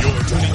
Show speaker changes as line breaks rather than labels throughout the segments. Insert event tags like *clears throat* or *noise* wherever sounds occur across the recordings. tuning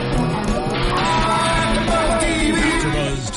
AfterBuzz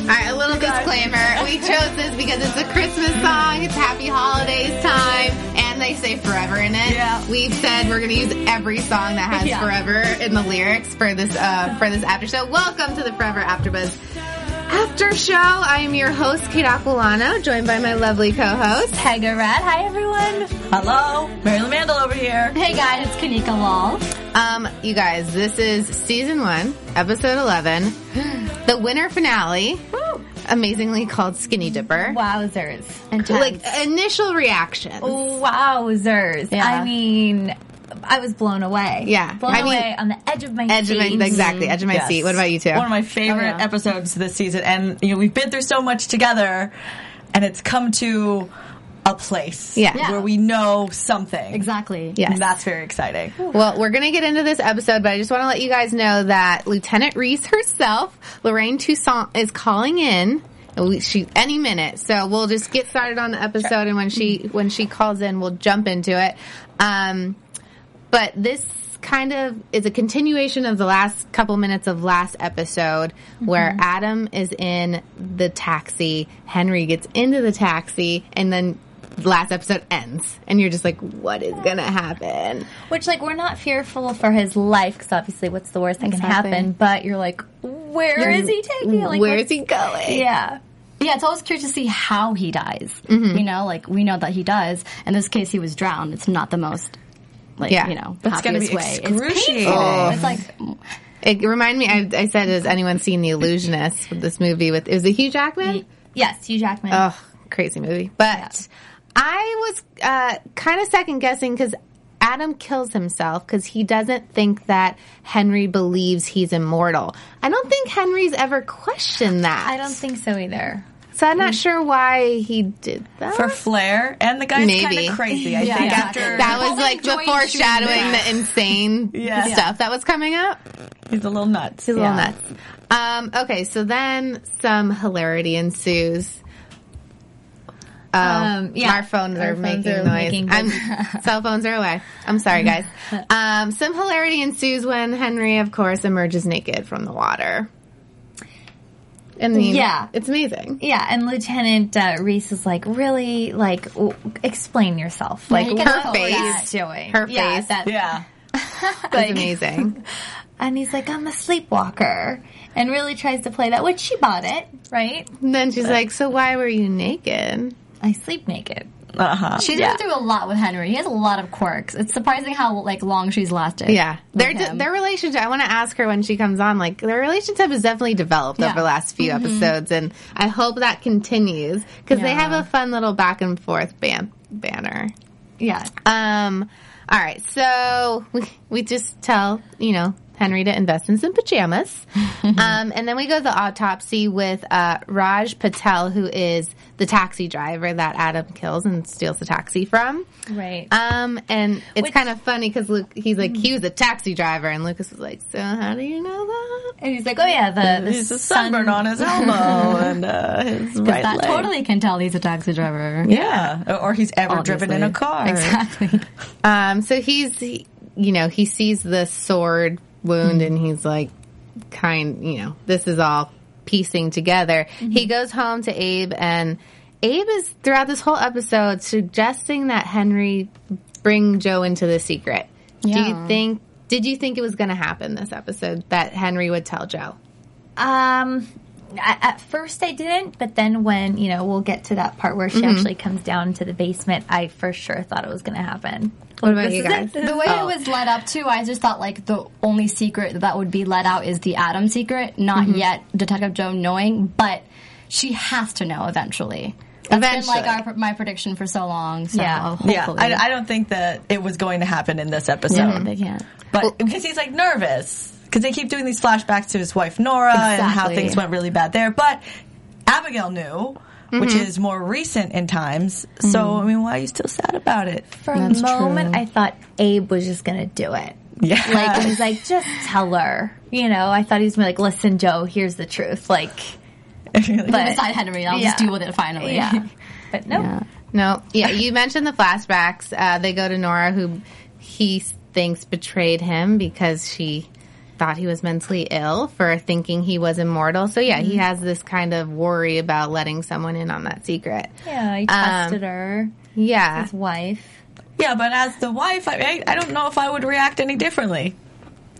All right, a little disclaimer. We chose this because it's a Christmas song. It's Happy Holidays time, and they say forever in it.
Yeah.
We've said we're going to use every song that has
Yeah.
forever in the lyrics for this uh, for this after show. Welcome to the Forever AfterBuzz After Show. I am your host Kate Aquilano, joined by my lovely co-host.
Pega Rat. Hi, everyone. Hello. Marilyn Mandel over here. Hey, guys. It's Kanika Wall.
Um, you guys, this is season one, episode
*sighs*
eleven, the winter finale, amazingly called Skinny Dipper.
Wowzers.
Like initial reaction.
Wowzers.
Yeah.
I mean, I was blown away.
Yeah.
Blown
I mean-
away on the edge of my
Edge of
seat.
my, exactly, edge of my seat. What about you two?
Mm-hmm. One of my favorite
Oh, yeah.
episodes this season, and you know we've been through so much together, and it's come to a place
Yeah.
Yeah.
where we know something.
Exactly.
Yes.
And that's very exciting.
Well, we're going to get into this episode, but I just want to let you guys know that Lieutenant Reese herself, Lorraine Toussaint, is calling in. We- She any minute, so we'll just get started on the episode, and when she when she calls in, we'll jump into it. Um, but this kind of is a continuation of the last couple minutes of last episode where Adam is in the taxi, Henry gets into the taxi, and then the last episode ends, and you're just like, what is gonna happen?
Which, like, we're not fearful for his life because obviously, what's the worst that
Exactly.
can happen? But you're like, where is he taking? it? Like,
Where is
what's-
he going?
Yeah. Yeah, it's always curious to see how he dies. You know, like we know that he does. In this case, he was drowned. It's not the most, like
Yeah.
you know,
It's going to
happiest
be
way.
excruciating.
Oh.
It's like
It reminded me. I, I said, "Has anyone seen The Illusionist?" With this movie with it was a Hugh Jackman.
yes, Hugh Jackman.
Oh, crazy movie. But I was uh, kind of second guessing because Adam kills himself because he doesn't think that Henry believes he's immortal. I don't think Henry's ever questioned that.
I don't Mm. think so either.
so. I'm not sure why he did that.
For Flair and the guy's
Maybe.
kind of crazy. I
Yeah.
think
Yeah.
after
that was
Probably
like the
enjoying
foreshadowing
shooting
the
*laughs*
insane
Yeah.
stuff that was coming up.
he's a little nuts.
He's a little
Yeah.
nuts. Um, okay, so then some hilarity ensues. Oh,
Um, yeah.
our phones
Our
are
phones
making
are
noise.
making- *laughs*
I'm, *laughs* cell phones are away. I'm sorry, guys. Um, some hilarity ensues when Henry, of course, emerges naked from the water. And the,
Yeah.
it's amazing.
Yeah, and Lieutenant uh, Reese is like, really, like, w- explain yourself. Like,
he can
what
tell
are you
face.
doing?
Her
yeah,
face.
That,
Yeah.
*laughs*
It's amazing.
And he's like, I'm a sleepwalker, and really tries to play that. Which she bought it, right?
and then she's like, "So why were you naked?"
I sleep naked.
Uh huh.
She's
Yeah.
been through a lot with Henry. He has a lot of quirks. It's surprising how like long she's lasted.
Yeah,
with
their
him.
their relationship. I want to ask her when she comes on. Like their relationship has definitely developed over the last few
Mm-hmm.
episodes, and I hope that continues because they have a fun little back and forth ban- banner.
Yeah.
Um, all right, so we, we just tell you know Henry to invest in
*laughs*
some pajamas, um, and then we go to the autopsy with uh, Raj Patel, who is the taxi driver that Adam kills and steals the taxi from.
Right.
Um, and it's
Which-
kind of funny because Luke, he's like, he was a taxi driver, and Lucas was like, so how do you know that?
and he's like, oh yeah, the, the
He's a sunburn on
*laughs*
his elbow and uh, his right
that
leg.
totally can tell he's a taxi driver.
Yeah. Or- Or he's ever driven in a
Obviously.
car.
Exactly.
Um, so he's, he, you know, he sees the sword wound, and he's like, kind, you know, this is all piecing together. He goes home to Abe, and Abe is throughout this whole episode suggesting that Henry bring Joe into the secret. Do you
Yeah.
think? Did you think it was going to happen this episode that Henry would tell Joe?
Um,
I, at first I didn't, but then when you know we'll get to that part where
Mm-hmm.
she actually comes down to the basement, I for sure thought it was going to happen.
What about you guys? Oh.
The way it was let up to, I just thought like the only secret that would be let out is the Adam secret, not yet Detective Joe knowing, but she has to know eventually. That's been like
Eventually.
our, my prediction for so long. So
Yeah.
hopefully.
Yeah, I, I don't think that it was going to happen in this episode.
they can't.
But because he's like nervous because they keep doing these flashbacks to his wife Nora and how
Exactly.
things went really bad there. But Abigail knew, which
Mm-hmm.
is more recent in times. So I mean, why are you still sad about it? *laughs*
For a moment, I thought Abe was just going to do it.
Yeah,
Like it was like just tell her. You know, I thought he was gonna be like, listen, Joe, here's the truth. Like, but
Aside Henry, I'll just
Yeah.
deal with it
*laughs*
finally.
yeah, but no.
No, yeah, you mentioned the flashbacks. Uh, they go to Nora, who he thinks betrayed him because she thought he was mentally ill for thinking he was immortal. So yeah, he has this kind of worry about letting someone in on that secret.
Yeah, he trusted her,
Um, Yeah,
his wife.
yeah. But as the wife, I, I I don't know if I would react any differently.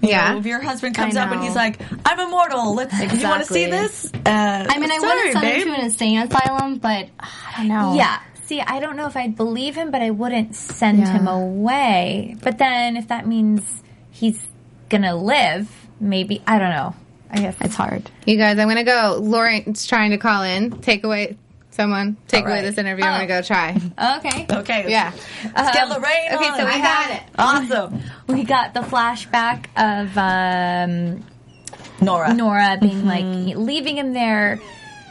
You know,
yeah.
if your husband comes
I
up and he's
know.
like, "I'm immortal. Let's. You want to see
Exactly.
this? Uh,
*laughs* I mean, I wouldn't send
babe.
him to an insane asylum, but I don't know.
Yeah. See, I don't know if I'd believe him, but I wouldn't send him away. But then, if that means he's gonna live, maybe I don't know. I guess
It's hard.
You guys, I'm gonna go. Lauren's trying to call in. Take away someone. Take away this interview. I'm gonna
Oh.
go try.
okay.
Okay.
Yeah.
Let's get Lorraine
Um, okay,
on.
so we I got have- it.
Awesome.
We got the flashback of um,
Nora.
Nora being
Mm-hmm.
like leaving him there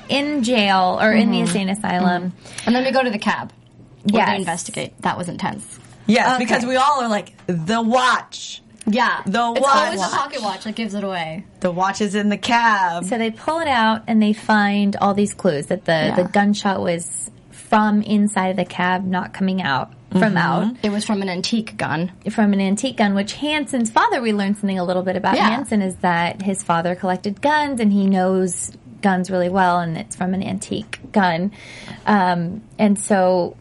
in jail or in the insane asylum.
And then we go to the cab. Mm-hmm. where they
Yes.
investigate. That was intense.
Yes, because we all are like the watch.
Yeah.
The
it's
watch.
always the pocket watch that gives it away.
The watch is in the cab.
So they pull it out and they find all these clues that the, the gunshot was from inside of the cab, not coming out from
Mm-hmm.
out.
It was from an antique gun.
from an antique gun, which Hanson's father, we learned something a little bit about
Yeah.
Hanson is that his father collected guns and he knows guns really well, and it's from an antique gun. Um, and so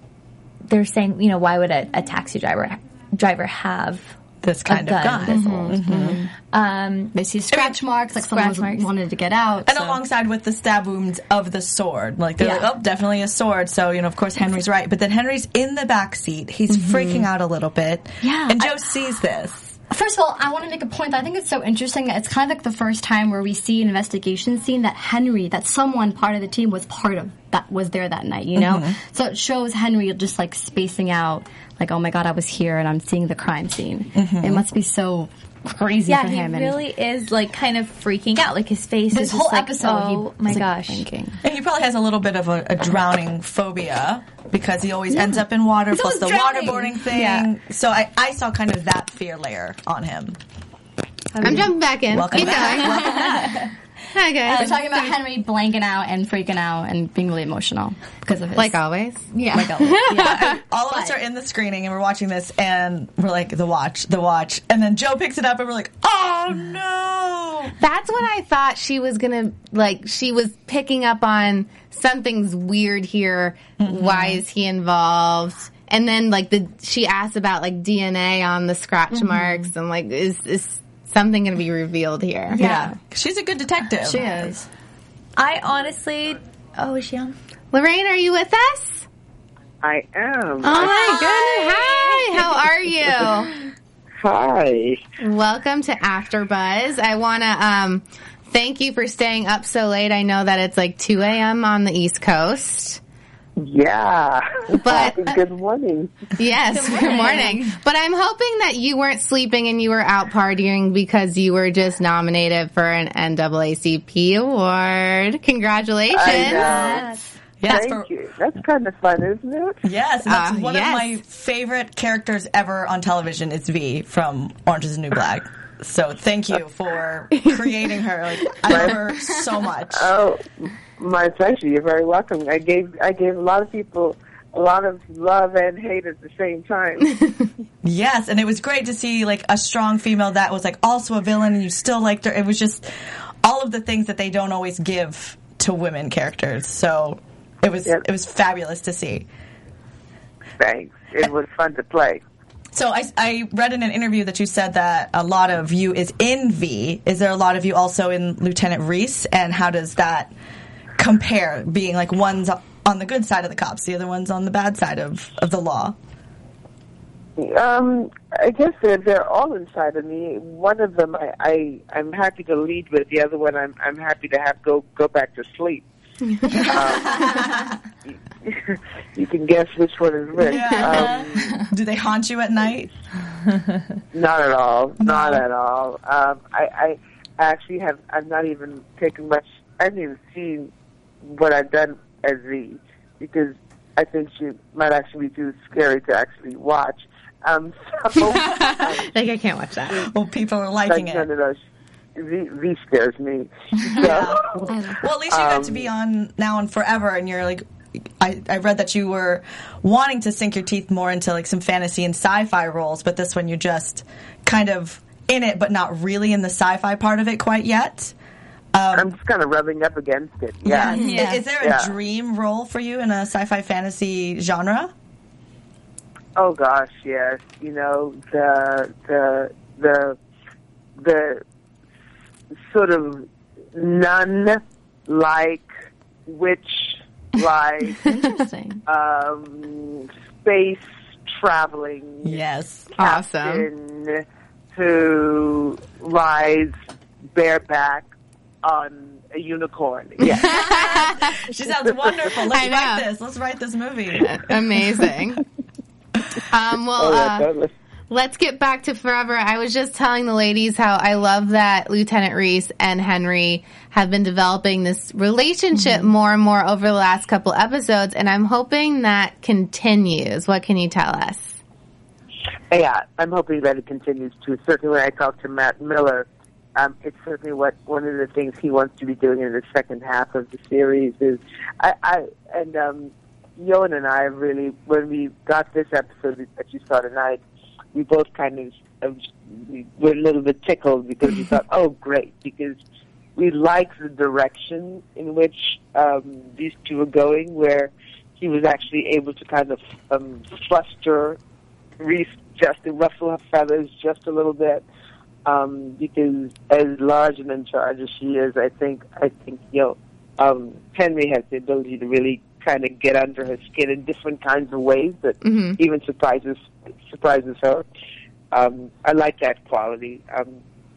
they're saying, you know, why would a, a taxi driver driver have
this kind
a
of gun.
gun, this old? Um,
They see scratch marks, like
scratch
someone
marks.
was- wanted to get out.
And
so-
alongside with the stab wounds of the sword, like they're
Yeah.
like, oh, definitely a sword. So you know, of course, Henry's right. But then Henry's in the back seat. He's freaking out a little bit.
Mm-hmm. Yeah.
And Joe
I-
sees this.
First of all, I want to make a point. that I think it's so interesting that it's kind of like the first time where we see an investigation scene that Henry, that someone part of the team was part of, that was there that night, you know?
Mm-hmm.
So it shows Henry just like spacing out, like, oh my god, I was here and I'm seeing the crime scene.
Mm-hmm.
It must be so crazy
yeah,
for
he
him. and
really is like kind of freaking out. Like his face
this
is
whole
just like,
episode,
Oh
he
my
was, like,
gosh!
Thinking.
And he probably has a little bit of a, a drowning phobia because he always ends up in water, plus the
always drowning.
waterboarding thing.
Yeah.
So I, I saw kind of that fear layer on him.
I'm jumping back in.
Welcome
Keep
back. Uh,
going.
*laughs*
Hi
We're
guys.
talking about Henry blanking out and freaking out and being really emotional because of his.
like always.
yeah. *laughs*
All of us are in the screening and we're watching this and we're like, the watch, the watch. And then Joe picks it up and we're like, oh no.
That's what I thought she was gonna like. She was picking up on something's weird here. Why is he involved? And then like the she asked about like DNA on the scratch marks and like is is something gonna be revealed here?
Yeah. She's a good detective.
She is.
I honestly, oh, is she on?
Lorraine, are you with us?
I am.
Oh my goodness! Hi, how are you?
Hi.
Welcome to AfterBuzz. I want to um, thank you for staying up so late. I know that it's like 2 a.m. on the East Coast.
Yeah.
But-
good morning.
Yes, good morning. But I'm hoping that you weren't sleeping and you were out partying because you were just nominated for an NAACP award. Congratulations.
I know.
Yes,
Thank
for-
you. That's kind of fun, isn't it?
Yes, and that's
Uh,
one
yes.
of my favorite characters ever on television. It's V from Orange is the New Black. So thank you for creating her. Like, I love her so much.
Oh, my pleasure. You're very welcome. I gave I gave a lot of people a lot of love and hate at the same time.
Yes, and it was great to see like a strong female that was like also a villain and you still liked her. It was just all of the things that they don't always give to women characters. So it was
Yep.
it was fabulous to see.
Thanks. It was fun to play.
So I, I read in an interview that you said that a lot of you is in V. Is there a lot of you also in Lieutenant Reese? And how does that compare? Being like one's on the good side of the cops, the other one's on the bad side of, of the law.
Um, I guess they're they're all inside of me. One of them I, I I'm happy to lead with. The other one I'm I'm happy to have go go back to sleep. um, *laughs* you can guess which one is which. Um,
Do they haunt you at night?
not at all. Not at all. Um, I, I actually have. I'm not even taking much. I haven't even seen what I've done as V because I think she might actually be too scary to actually watch. Um, *laughs* so,
Like I can't watch that.
Well, people are
like,
liking
no,
it.
no, no. V, v scares me. So, *laughs*
Well, at least you got to be on now and forever, and you're like. I, I read that you were wanting to sink your teeth more into like some fantasy and sci-fi roles, but this one you're just kind of in it, but not really in the sci-fi part of it quite yet.
I'm just kind of rubbing up against it. Yeah.
I- Is there a
Yeah.
dream role for you in a sci-fi fantasy genre?
Oh gosh, yes. You know the the the the sort of nun like witch like
Interesting.
um, space traveling
Yes.
Awesome.
person who lies bareback on a unicorn. Yes.
She sounds wonderful. Let's
I
write
know.
this. Let's write this movie.
*laughs* Amazing. Um, well,
Oh,
uh,
yeah, totally.
Let's get back to forever. I was just telling the ladies how I love that Lieutenant Reese and Henry have been developing this relationship more and more over the last couple episodes, and I'm hoping that continues. What can you tell us?
Yeah, I'm hoping that it continues too. Certainly, when I talk to Matt Miller, um, it's certainly what one of the things he wants to be doing in the second half of the series is. I, I and um, Yoan and I really, when we got this episode that you saw tonight, we both kind of um, we were a little bit tickled because we thought, oh, great, because we like the direction in which um, these two are going, where he was actually able to kind of um, fluster Reese just to ruffle her feathers just a little bit. Um, because as large and in charge as she is, I think I think you know, um, Henry has the ability to really kind of get under her skin in different kinds of ways that even surprises surprises her. Um, I like that quality. Um,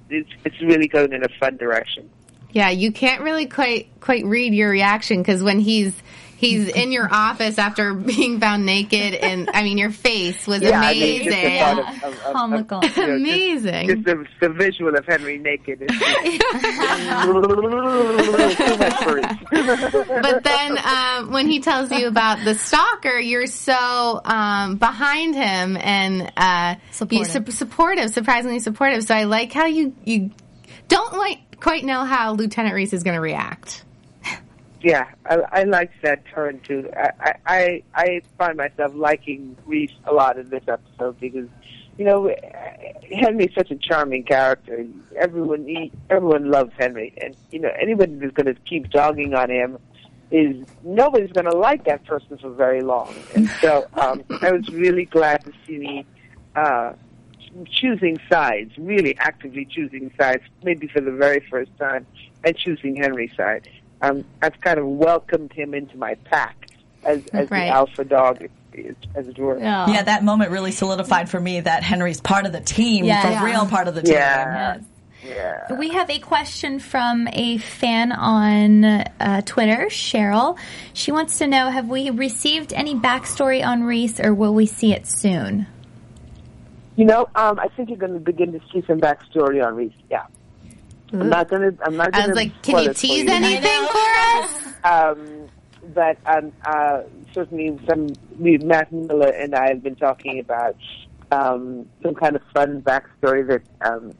it's it's really going in a fun direction.
Yeah, you can't really quite quite read your reaction because when he's he's in your office after *laughs* being found naked, and I mean your face was
Yeah, I mean,
amazing.
just the thought of, of, of,
Comical.
of, you know, just-
amazing.
Just the, the visual of Henry naked. Is just- too much for it.
but then um, when he tells you about the stalker, you're so um, behind him and uh, you
Supportive.
su- supportive, surprisingly supportive. So I like how you you don't like quite know how Lieutenant Reese is going to react.
Yeah, I, I liked that turn too. I, I- I I find myself liking Reese a lot in this episode because, you know, Henry's such a charming character. Everyone he, everyone loves Henry, and you know anybody who's going to keep dogging on him is nobody's going to like that person for very long. And so um, I was really glad to see me. Uh, choosing sides, really actively choosing sides, maybe for the very first time, and choosing Henry's side. Um, I've kind of welcomed him into my pack as, as
Right.
the alpha dog, as it were. Yeah.
Yeah, that moment really solidified for me that Henry's part of the team,
Yeah.
for
Yeah.
real part of the team.
Yeah.
We have a question from a fan on uh, Twitter, Cheryl. She wants to know Have we received any backstory on Reese or will we see it soon?
You know, um, I think you're going to begin to see some backstory on Reese. Yeah. I'm not going to. I'm not going
I
to.
was like, can you tease anything for us?
um, but um, uh, certainly some we, Matt Miller and I have been talking about um, some kind of fun backstory that um,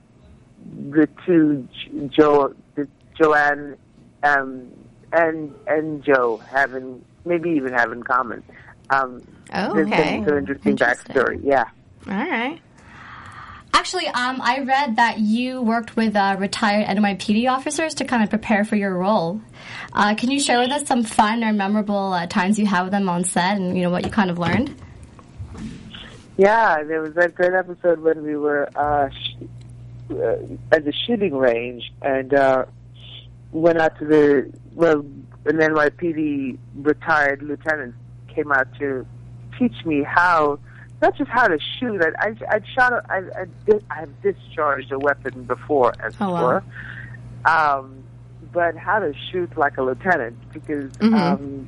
the two Jo- Jo, the Joanne um, and and Joe have in maybe even have in common. Um,
Oh,
there's
okay.
some, some interesting, backstory. Yeah.
*laughs* All right.
Actually, um, I read that you worked with uh, retired NYPD officers to kind of prepare for your role. Uh, can you share with us some fun or memorable uh, times you had with them on set, and you know what you kind of learned?
Yeah, there was that great episode when we were uh, sh- uh, at the shooting range and uh, went out to the well, an NYPD retired lieutenant came out to teach me how, not just how to shoot. I I I'd shot a, I I did, I've discharged a weapon before, as it
Oh, wow.
were. Um, but how to shoot like a lieutenant because
Mm-hmm.
um,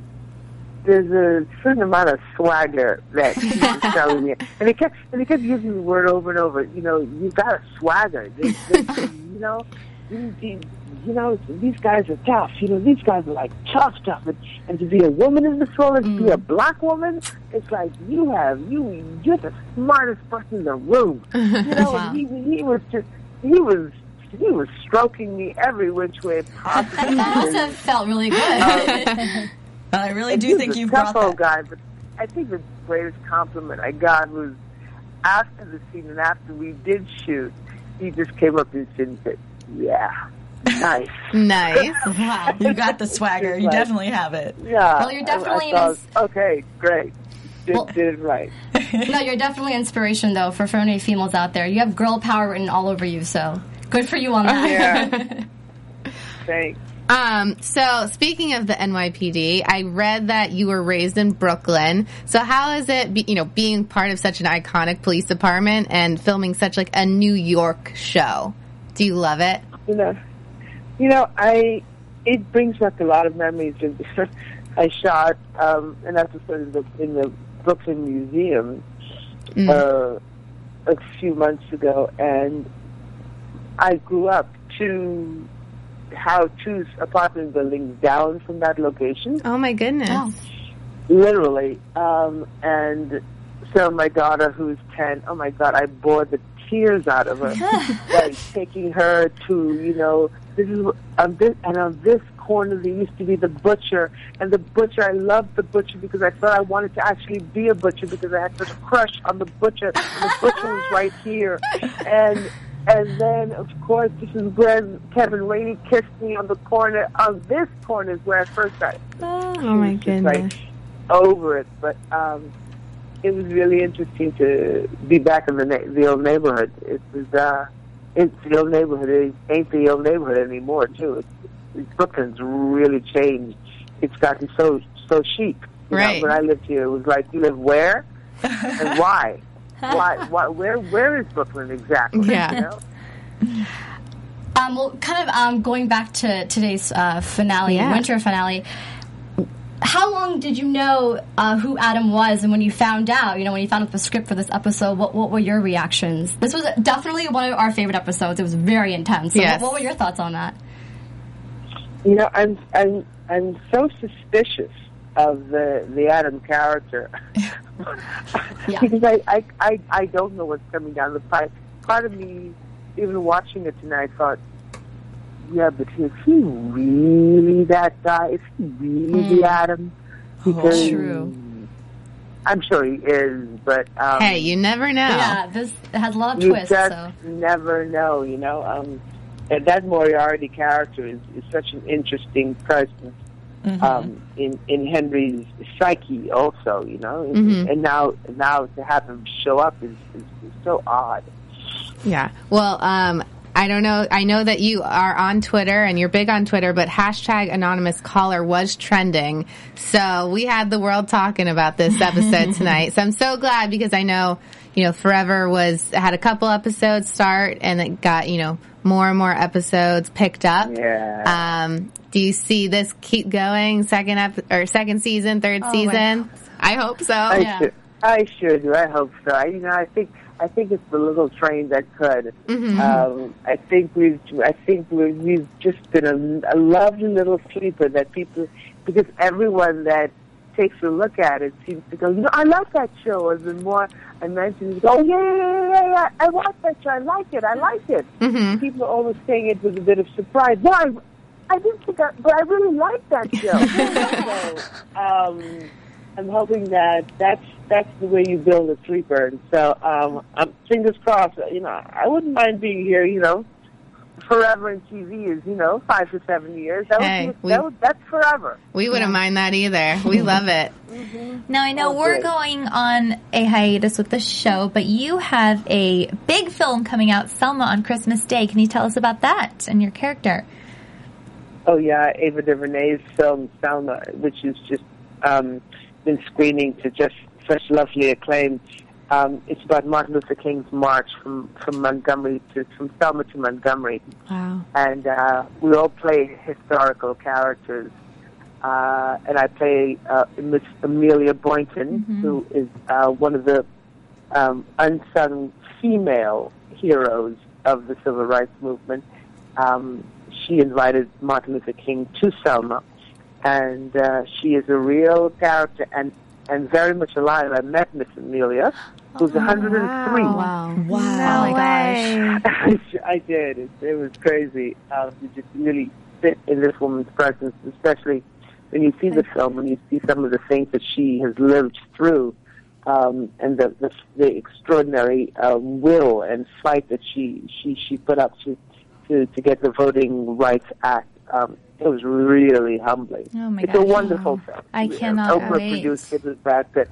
there's a certain amount of swagger that he was telling me, and he kept and he kept using the word over and over. You know, you got a swagger. They, they, you know, you, you, you know these guys are tough. You know, these guys are like tough, tough. And, and to be a woman in this role, and to be a black woman, it's like you have you you're the smartest person in the room. You know, and he he was just he was. He was stroking me every which way possible.
*laughs*
That must have felt really good.
And I really do think
a
you've
tough
brought that.
old guy, but I think the greatest compliment I got was after the scene and after we did shoot, he just came up and said, "Yeah,
*laughs*
nice,
Nice.
wow.
You got the swagger.
*laughs*
You
Right.
definitely have it.
yeah."
Well, you're
I- I
definitely an
thought,
ins-
okay, great. Did,
Well-
did it right.
*laughs* No, you're definitely inspiration though for so many females out there. You have girl power written all over you, so good for you on *laughs* that.
Thanks.
Um, so speaking of the NYPD, I read that you were raised in Brooklyn. So how is it, be, you know, being part of such an iconic police department and filming such like a New York show? Do you love it?
you know, you know, I it brings back a lot of memories. And *laughs* I shot um, an episode in the, in the Brooklyn Museum uh, a few months ago, and I grew up two how two apartment buildings down from that location
Oh my goodness.
literally. Um, and so my daughter, who's ten, oh my god, I bore the tears out of her, like taking her to you know this is on this and on this corner there used to be the butcher, and the butcher I loved the butcher because I thought I wanted to actually be a butcher because I had such a crush on the butcher. And the butcher was right here, and. And then, of course, this is when Kevin Rainey kissed me on the corner. On this corner is where I first got
Oh my
just like over it. But um, it was really interesting to be back in the na- the old neighborhood. It was uh, it's the old neighborhood. It ain't the old neighborhood anymore. Too, it's, it's, Brooklyn's really changed. It's gotten so so chic. You
Right.
Know, when I lived here, it was like you
*laughs*
live where and why. Why, why? Where? Where is Brooklyn exactly?
Yeah.
You know?
Um, well, kind of um, going back to today's uh, finale,
Yeah.
winter finale. How long did you know uh, who Adam was, and when you found out, you know, when you found out the script for this episode, what what were your reactions? This was definitely one of our favorite episodes. It was very intense. So
Yes.
what, what were your thoughts on that?
You know, I'm I'm I'm so suspicious of the the Adam character *laughs* because I, I I I don't know what's coming down the pipe. Part of me, even watching it tonight, thought, yeah, but is he really that guy? Is he really Adam? Because I'm sure he is, but um,
Hey, you never know.
Yeah, this has a lot of
you
twists.
just
So
never know, you know. Um, that, that Moriarty character is, is such an interesting person um, in in Henry's psyche, also, you know. And now now to have him show up is, is, is so odd.
Yeah. Well, um, I don't know. I know that you are on Twitter and you're big on Twitter, but hashtag anonymous caller was trending. So we had the world talking about this *laughs* episode tonight. So I'm so glad because I know, you know, Forever was, had a couple episodes start and it got, you know, more and more episodes picked up.
Yeah.
Um, do you see this keep going second ep- or second season, third season? I Oh, hope so.
I should. I should. I hope so. I, you know, I think I think it's the little train that could. Um, I think we've I think we've, we've just been a, a lovely little sleeper that people because everyone that takes a look at it seems to go, you know, I like that show. And the more I mention it, oh yeah, yeah, yeah, yeah, yeah, I watched that show. I like it. I like it. People are always saying it with a bit of surprise. No, I, I didn't think, I, but I really like that show. so, um, I'm hoping that that's that's the way you build a sleeper. And so, um, I'm, fingers crossed. You know, I wouldn't mind being here. You know, forever in TV is, you know, five to seven years. That
Hey,
would be,
we-
that would, that's forever.
We wouldn't mind that either. We *laughs* love it.
Now I know
Oh,
we're
good.
going on a hiatus with the show, but you have a big film coming out, Selma, on Christmas Day. Can you tell us about that and your character?
Oh yeah, Ava DuVernay's film Selma, which is just um, been screening to just such lovely acclaim. Um, it's about Martin Luther King's march from from Montgomery to from Selma to Montgomery,
Wow.
and uh, we all play historical characters. Uh, and I play uh, Miss Amelia Boynton, who is uh, one of the um, unsung female heroes of the civil rights movement. Um, she invited Martin Luther King to Selma, and uh, she is a real character and, and very much alive. I met Miss Amelia, who's 103. Oh,
Wow.
*laughs* I did. It, it was crazy. Uh, you just really sit in this woman's presence, especially when you see the film and you see some of the things that she has lived through, um, and the the, the extraordinary uh, will and fight that she she she put up to to, to get the Voting Rights Act. Um, it was really humbling.
Oh, my
it's a
gosh.
wonderful film.
I cannot
Oprah
wait.
produced it with Brad Pitt.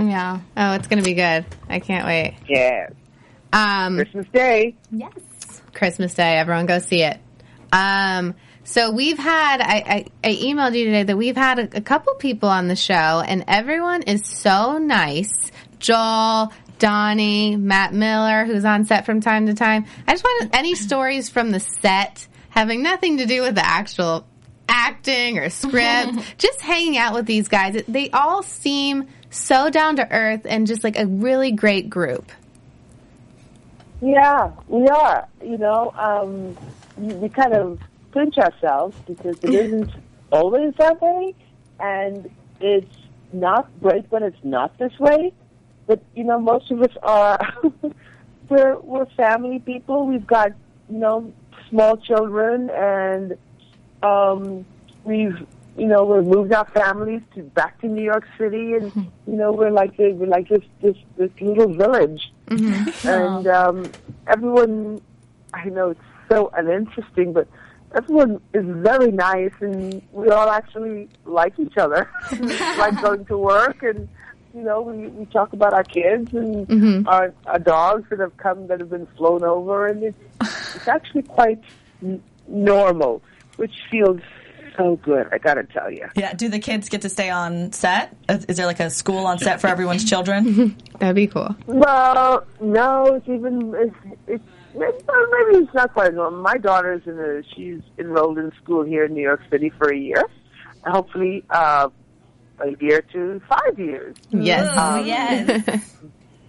Yeah.
Oh, it's going to be good. I can't wait.
Yeah,
Um,
Christmas Day.
Christmas Day. Everyone go see it. Um, so we've had, I, I, I emailed you today that we've had a, a couple people on the show and everyone is so nice. Joel, Donnie, Matt Miller, who's on set from time to time. I just wanted any stories from the set having nothing to do with the actual acting or script, *laughs* just hanging out with these guys. They all seem so down to earth and just like a really great group.
Yeah, we are. You know, um, we we kind of pinch ourselves because it isn't always that way, and it's not great when it's not this way. But you know, most of us are *laughs* we're we're family people. We've got you know small children, and um, we've you know we've moved our families to back to New York City, and you know we're like a, we're like this this this little village and um, everyone I know it's so uninteresting, but everyone is very nice, and we all actually like each other, like going to work, and you know we, we talk about our kids and our, our dogs that have come that have been flown over, and it's, it's actually quite n- normal, which feels so good. I gotta tell you.
Yeah. Do the kids get to stay on set? Is is there like a school on set for everyone's children?
That'd be cool.
Well, no, it's even it's, it's well, maybe it's not quite normal. My daughter's in a she's enrolled in school here in New York City for a year, hopefully uh, a year to five years.
Yes.
Um,
yes.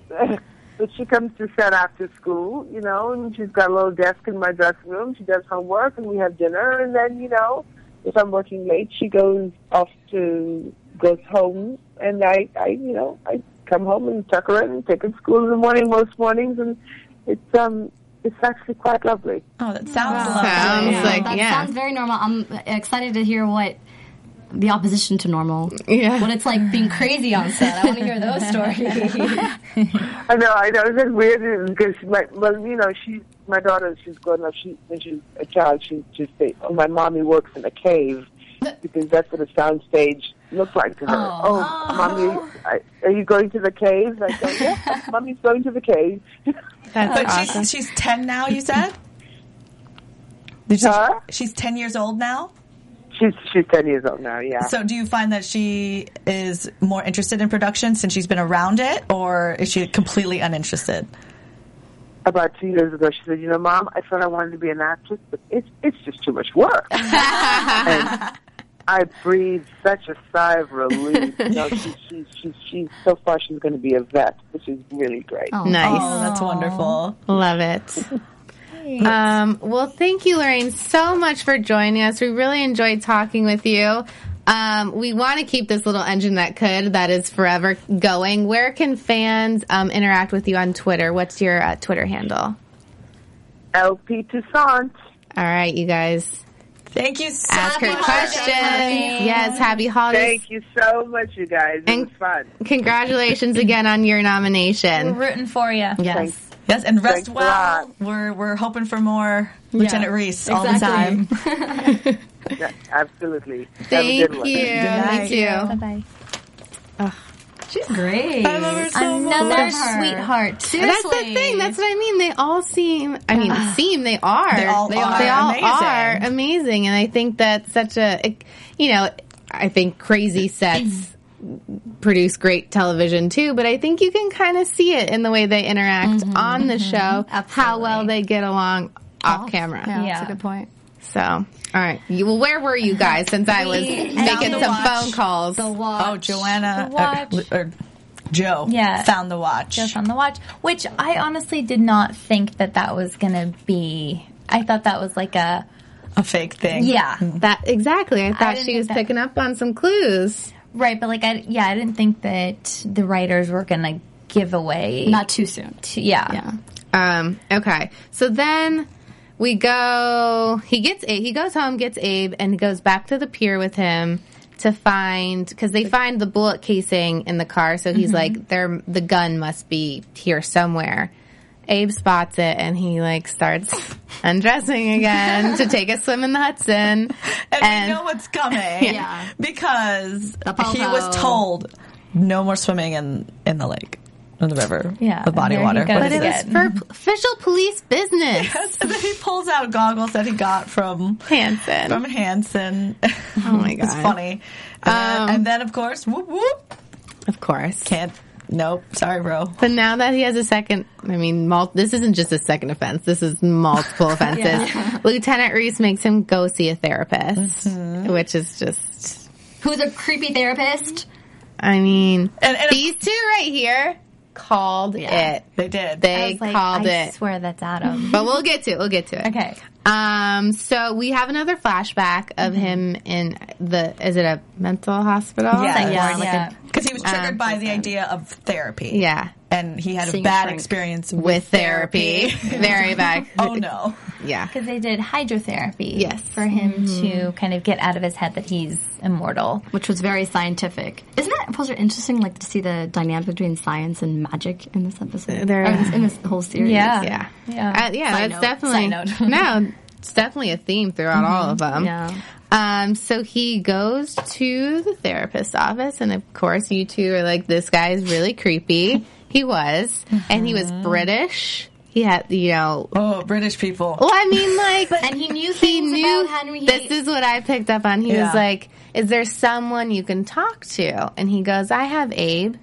but she comes to set after school, you know, and she's got a little desk in my dressing room. She does homework, and we have dinner, and then you know, if I'm working late, she goes off to goes home, and I, I, you know, I come home and tuck her in and take her to school in the morning most mornings, and it's um, it's actually quite lovely.
Oh, that sounds
Sounds
lovely.
Um,
like
that
yeah.
sounds very normal. I'm excited to hear what the opposition to normal.
Yeah.
What it's like being crazy on set. I want to hear those stories.
I know, I know. It's just weird because my, well, you know, she, my daughter, she's grown up. She, when she's a child, she just say, "Oh, my mommy works in a cave," because that's what a sound stage looked like to her. Oh, mommy, I, are you going to the cave? I go, yeah, mommy's going to the cave.
That's
But
awesome.
she's she's ten now. You said. Did she-
Huh?
She's ten years old now.
She's she's ten years old now. Yeah.
So, do you find that she is more interested in production since she's been around it, or is she completely uninterested?
About two years ago, she said, "You know, mom, I thought I wanted to be an actress, but it's it's just too much
*laughs*
work." and I breathed such a sigh
*laughs*
of relief. You know, she, she, she, she, so far, she's going to be a vet, which is really great.
nice.
Oh, that's wonderful.
Love it. Um, well, thank you, Lorraine, so much for joining us. We really enjoyed talking with you. Um, we want to keep this little engine that could, that is forever going. Where can fans um, interact with you on Twitter? What's your uh, Twitter handle?
LP Toussaint.
All right, you guys.
Thank you so
Ask her
much.
questions. Yes, happy holidays.
Thank you so much, you guys.
*laughs*
It was
And-
fun.
Congratulations again on your nomination.
Rooting for you.
Yes.
Yes, and rest
Thanks a
well.
lot.
We're we're hoping for more Lieutenant Reese all the time.
Exactly.
Yeah, absolutely. Have a good
Thank
one.
you. Thank you.
Bye.
She's great.
I love her so much.
Another sweetheart.
And That's the thing. That's what I mean. They all seem. I mean, seem they are.
They all are
They all
amazing.
are amazing. And I think that's such a. it- You know, I think crazy sets *clears throat* produce great television too. But I think you can kind of see it in the way they interact on the show, how well they get along off, camera.
Yeah, that's
Yeah.
a good point.
So, all right. You, well, where were you guys since I was making
the
some
watch.
phone calls?
Oh, Joanna
The watch.
Or, or Joe
Yeah.
found the watch.
just on the watch, which I honestly did not think that that was going to be. I thought that was like a Mm-hmm.
A fake thing.
yeah,
That exactly. I thought
didn't
she
think
was
that-
picking up on some clues.
right, but like I yeah, I didn't think that the writers were going to give away
Not too soon.
to, yeah.
Yeah.
Um, okay. So then we go. He gets Abe. He goes home, gets Abe, and goes back to the pier with him to find because they find the bullet casing in the car. So
Mm-hmm.
he's like, "There, the gun must be here somewhere." Abe spots it, and he like starts *laughs* undressing again to take a swim in the Hudson.
*laughs* And, we know what's coming.
Yeah.
Because he
popo.
was told no more swimming in, in the lake, in the river,
Yeah,
the body
and there he
water.
goes
What
but
is
it
it?
was for p- official police business.
And *laughs* then he pulls out goggles that he got from
Hanson.
from Hanson.
oh my god!
*laughs* it's funny. And, then, and then, of course, whoop whoop.
Of course.
Can't. Nope. Sorry, bro.
But now that he has a second, I mean, mul- this isn't just a second offense. This is
*laughs*
multiple offenses. Lieutenant Reese makes him go see a therapist,
Mm-hmm.
which is just,
Who's a creepy therapist?
I mean,
And- and-
these two right here called it.
They did.
I
They
was like,
called
I
it.
swear that's Adam. *laughs*
But we'll get to it. We'll get to it.
Okay.
Um, so we have another flashback of
Mm-hmm.
him in the, is it a mental hospital?
Yeah.
yeah, like
yeah.
a-
Because he was triggered by the idea of therapy.
Yeah.
And he had a
Seeing
bad
shrink.
experience with,
With therapy. *laughs* Very
*laughs*
bad.
Oh no.
Yeah.
Because they did hydrotherapy.
Yes.
For him to kind of get out of his head that he's immortal.
Which was very scientific. Isn't that supposed to be interesting, like, to see the dynamic between science and magic in this episode?
There-
Or in, this, in this whole series.
Yeah.
Yeah.
Yeah.
Uh, yeah,
Um, Side
that's
note.
definitely *laughs*
Side
no. It's definitely a theme throughout all of them.
Yeah.
Um. So he goes to the therapist's office, and of course, you two are like, "This guy is really creepy." he was, and he was
Mm-hmm.
British. He had, you know.
Oh, British people.
Well, I mean, like,
And he knew
he
things
knew
about Henry. He-
this is what I picked up on. He
Yeah.
was like, "Is there someone you can talk to?" And he goes, "I have Abe,"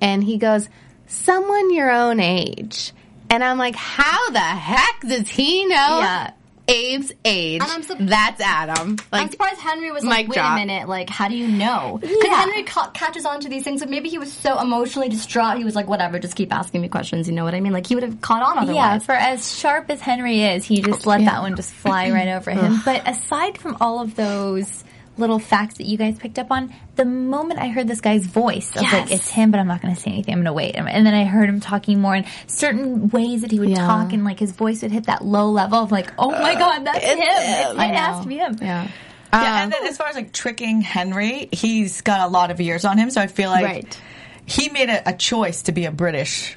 and he goes, "Someone your own age." And I'm like, "How the heck does he know
Yeah.
Abe's age?"
And I'm sup-
That's Adam.
I'm
Like,
surprised Henry was
mic
like, wait
drop.
a minute, like, how do you know? Because Henry ca- catches on to these things, but maybe he was so emotionally distraught, he was like, whatever, just keep asking me questions, you know what I mean? Like, he would have caught on otherwise.
Yeah, for as sharp as Henry is, he just let that one just fly right over him. But aside from all of those little facts that you guys picked up on, the moment I heard this guy's voice, I was like,
Yes.
it's him, but I'm not going to say anything. I'm going to wait. And then I heard him talking more in certain ways that he would talk, and like his voice would hit that low level of like, oh my God, that's him. It's, it has to be him.
Yeah.
yeah, and then as far as like tricking Henry, he's got a lot of years on him, so I feel like
Right.
he made a, a choice to be a British,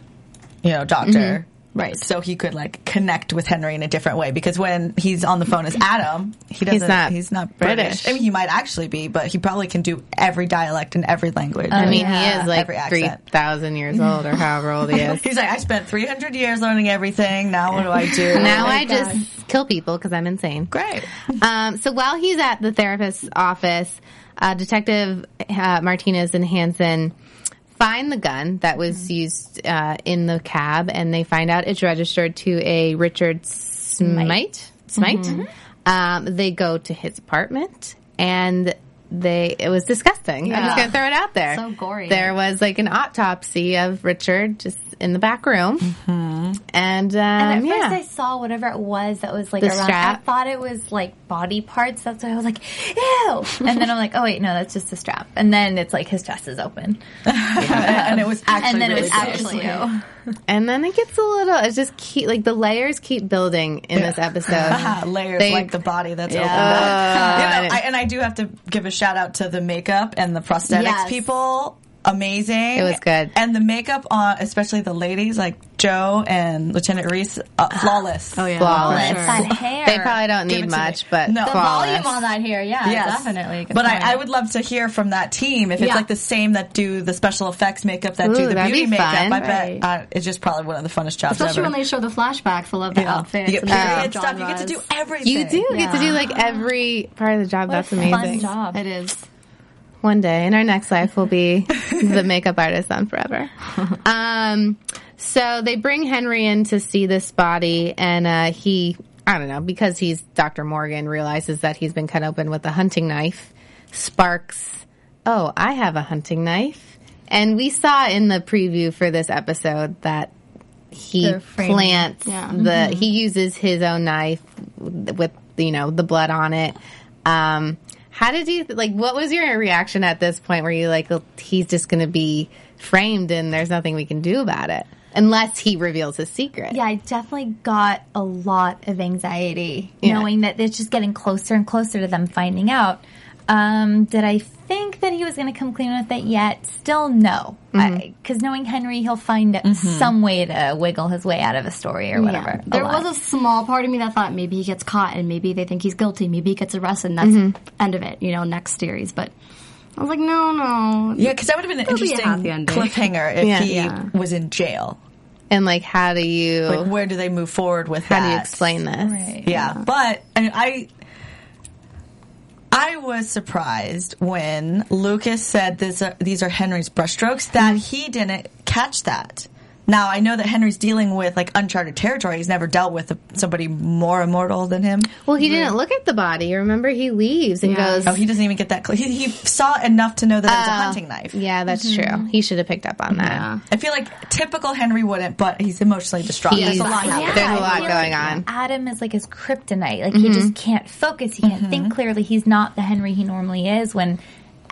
you know, doctor.
Mm-hmm.
Right.
So he could like connect with Henry in a different way because when he's on the phone as Adam, he doesn't.
not
he's not
British.
British. I mean, he might actually be, but he probably can do every dialect and every language.
I mean, he
yeah.
is like
Every
three
accent.
thousand years old, or however old
*laughs*
he is.
he's like, I spent 300 years learning everything. Now what do I do?
Oh
now I just kill people because I'm insane. *laughs*
great.
Um, so while he's at the therapist's office, uh, Detective uh, Martinez and Hansen find the gun that was used uh, in the cab, and they find out it's registered to a Richard Smite. Smite. Um, they go to his apartment, and they it was disgusting. I'm just gonna throw it out there.
So gory.
There was like an autopsy of Richard just in the back room, and, um,
And at
yeah.
first, I saw whatever it was that was like
The
around.
strap?
I thought it was like body parts. That's why I was like, ew. And then I'm like, oh wait, no, that's just a strap. And then it's like his dress is open.
and it was actually.
and then it
really
was
bad.
actually you.
And then it gets a little. It's just keep like the layers keep building in this
Ah, *laughs*
episode.
layers
They-
like the body that's opened
Uh,
up. You know, I, and I do have to give a shout out to the makeup and the prosthetics
Yes.
people. amazing. It
was good.
And the makeup on, especially the ladies like Joe and Lieutenant Reese, uh, flawless.
Oh, yeah. Flawless.
It's that hair.
They probably don't
Give
need
it to me.
much, but
No. The
flawless.
volume on that hair, yeah, definitely. Good
But
Oh,
point.
I, I would love to hear from that team if it's
Yeah.
like the same that do the special effects makeup that
Ooh,
do the
that'd
beauty
be
makeup.
fun.
I bet uh, it's just probably one of the funnest jobs
Especially
ever.
when they show the flashbacks, I love the
Yeah.
outfits.
you get
and the
period stuff. You get to
genres.
do everything.
You do get to do like every part of the job. That's amazing.
job.
It is.
One day in our next life, we'll be the makeup artist
*laughs*
on forever. Um, so they bring Henry in to see this body, and uh, he, I don't know, because he's Dr. Morgan, realizes that he's been cut open with a hunting knife. Sparks, oh, I have a hunting knife. And we saw in the preview for this episode that he
The framing.
plants
Yeah.
the he uses his own knife with you know the blood on it um how did you like what was your reaction at this point where you like he's just gonna be framed and there's nothing we can do about it unless he reveals his secret
Yeah, I definitely got a lot of anxiety
Yeah.
knowing that it's just getting closer and closer to them finding out. Um, did I think that he was going to come clean with it yet? Still no. Because knowing Henry, he'll find some way to wiggle his way out of a story or whatever.
Yeah.
a
There
lot.
was a small part of me that thought maybe he gets caught and maybe they think he's guilty. Maybe he gets arrested and that's end of it, you know, next series. But I was like, no, no.
Yeah, because that would have been an
be a
interesting
happy ending.
cliffhanger if
Yeah.
he
Yeah.
was in jail.
and like how do you
Like, where do they move forward with
how
that?
do you explain this
Yeah, but I, mean, I I was surprised when Lucas said this are, these are Henry's brushstrokes that
Mm-hmm.
he didn't catch that. Now I know that Henry's dealing with like uncharted territory. He's never dealt with somebody more immortal than him.
well he didn't look at the body remember he leaves and goes "Ah."
Oh, he doesn't even get that. Cl- he, he saw enough to know that it was a hunting knife.
Uh, yeah that's true he should have picked up on that
I feel like typical Henry wouldn't, but he's emotionally distraught.
He's-
There's a lot
yeah.
happening.
There's a
I
lot
feel
going
like
on.
Adam is like his kryptonite. Like he just can't focus. He can't think clearly. He's not the Henry he normally is when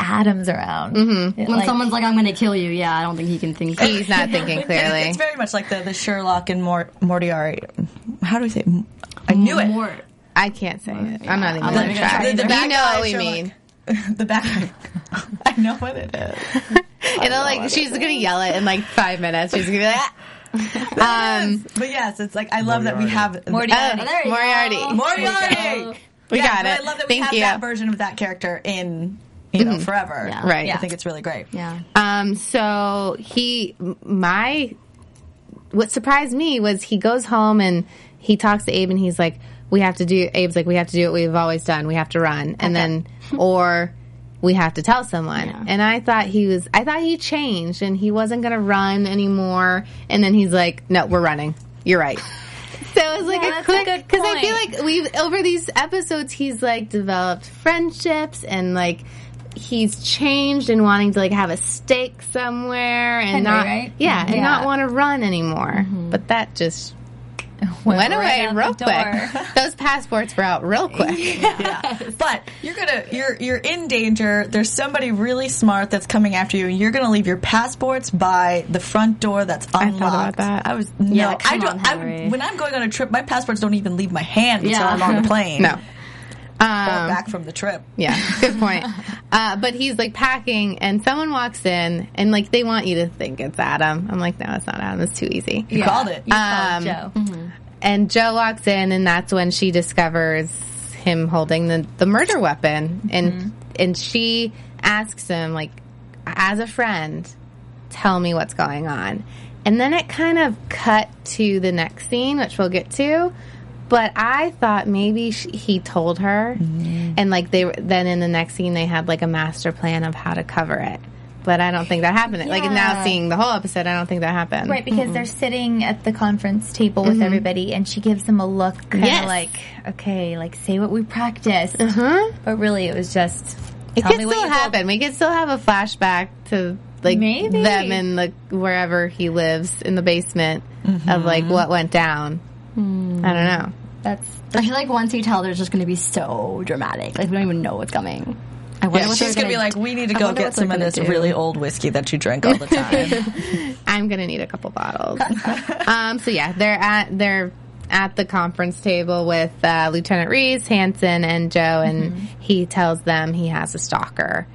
Adam's around. It,
When
like-
someone's like, I'm going to kill you, yeah, I don't think he can think.
*laughs* he's not thinking clearly
It's very much like the, the Sherlock and Mor- Moriarty. How do we say? it? I knew it.
More.
I can't say it. I'm not even
I'm not
gonna
even gonna
try.
try.
You
The bad
know
guy,
what we
Sherlock.
mean.
*laughs* the back. *laughs* I know what it is.
And then like she's gonna yell it in like five minutes. She's gonna be like, ah,
Um, but yes, it's like I love that we have
oh, Moriarty.
Moriarty.
We
Yeah,
got
but
it.
I love that we
Thank
have
you.
that version of that character in you know forever.
Right.
I think it's really great.
Yeah.
Um. So he, my, what surprised me was he goes home and he talks to Abe and he's like, "We have to do." Abe's like, "We have to do what we've always done. We have to run." And then or. We have to tell someone. And I thought he was, I thought he changed and he wasn't going to run anymore. And then he's like, no, we're running. You're right. *laughs* So it was like a
that's a
quick
good
because I feel
point.
like we've over these episodes he's like developed friendships and like he's changed and wanting to like have a stake somewhere and not
right?
yeah and
Yeah. Mm-hmm.
not want to run anymore. But that
*laughs*
just went, away
right out
real
the
quick.
door.
*laughs*
*laughs*
Those passports were out real quick.
But you're gonna you're you're in danger. There's somebody really smart that's coming after you. You're gonna leave your passports by the front door that's
about
unlocked.
that.
I was no.
Yeah, come
I don't.
on,
I,
Henry.
when I'm going on a trip, my passports don't even leave my hand until
Yeah. Um, *laughs*
I'm on the plane.
no.
Or back from the trip.
Yeah, good point. Uh, but he's like packing, and someone walks in, and like they want you to think it's Adam. I'm like, no, it's not Adam. It's too easy.
You called it.
Um, Joe.
And Joe walks in, and that's when she discovers him holding the, the murder weapon,
Mm-hmm.
and and she asks him like, as a friend, tell me what's going on. And then it kind of cut to the next scene, which we'll get to. But I thought maybe she, he told her,
Mm-hmm.
and like they were, then in the next scene they had like a master plan of how to cover it. But I don't think that happened. Like now
Yeah.
seeing the whole episode, I don't think that happened.
Right, because they're sitting at the conference table
Mm-hmm.
with everybody, and she gives them a look, kind of
Yes.
like, "Okay, like say what we practiced."
Uh-huh.
Huh?
But really, it was just,
It
"Tell
could
me what
still
you told
happen. We could still have a flashback to like
Maybe.
them in the wherever he lives in the basement of like
Mm-hmm.
what went down.
Hmm.
I don't know.
That's
I feel like once you tell, there's just going to be so dramatic. Like, we don't even know what's coming. I wonder
Yeah,
what
she's
they're
gonna be like, we need to
I
go
wonder
get
what they're
some of
gonna
this
do."
really old whiskey that you
*laughs*
drink all the time.
I'm gonna need a couple bottles.
*laughs*
um, so yeah, they're at they're at the conference table with uh,
Mm-hmm.
Lieutenant Reese, Hanson, and Joe, and he tells them he has a stalker.